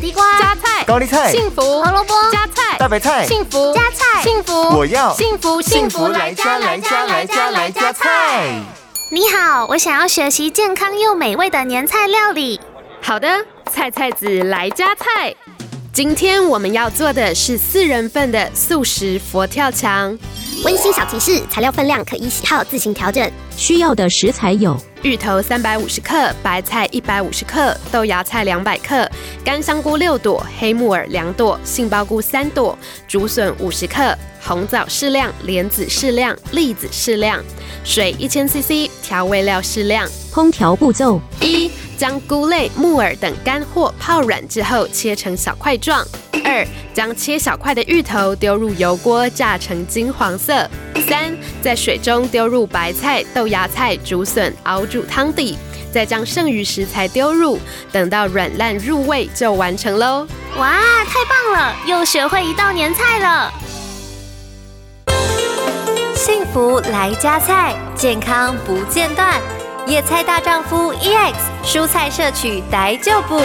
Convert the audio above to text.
地瓜、加菜、高丽菜、幸福、胡萝卜、加菜、大白菜、幸福、加菜幸福，我要幸福幸福来家来家来家来家菜。你好，我想要学习健康又美味的年菜料理。好的，菜菜子来加菜。今天我们要做的是四人份的素食佛跳墙，温馨小提示：材料分量可依喜好自行调整。需要的食材有芋头三百五十克，白菜一百五十克，豆芽菜两百克，干香菇六朵，黑木耳两朵，杏鲍菇三朵，竹笋五十克，红枣适量，莲子适量，栗子适量，水一千 CC，调味料适量。烹调步骤，一、将菇类、木耳等干货泡软之后切成小块状；二、将切小块的芋头丢入油锅炸成金黄色；三、在水中丢入白菜、豆芽菜、竹笋熬煮汤底，再将剩余食材丢入，等到软烂入味就完成喽。哇，太棒了，又学会一道年菜了。幸福来加菜，健康 E 不间断。野菜大丈夫 EX 蔬菜摄取逮就补。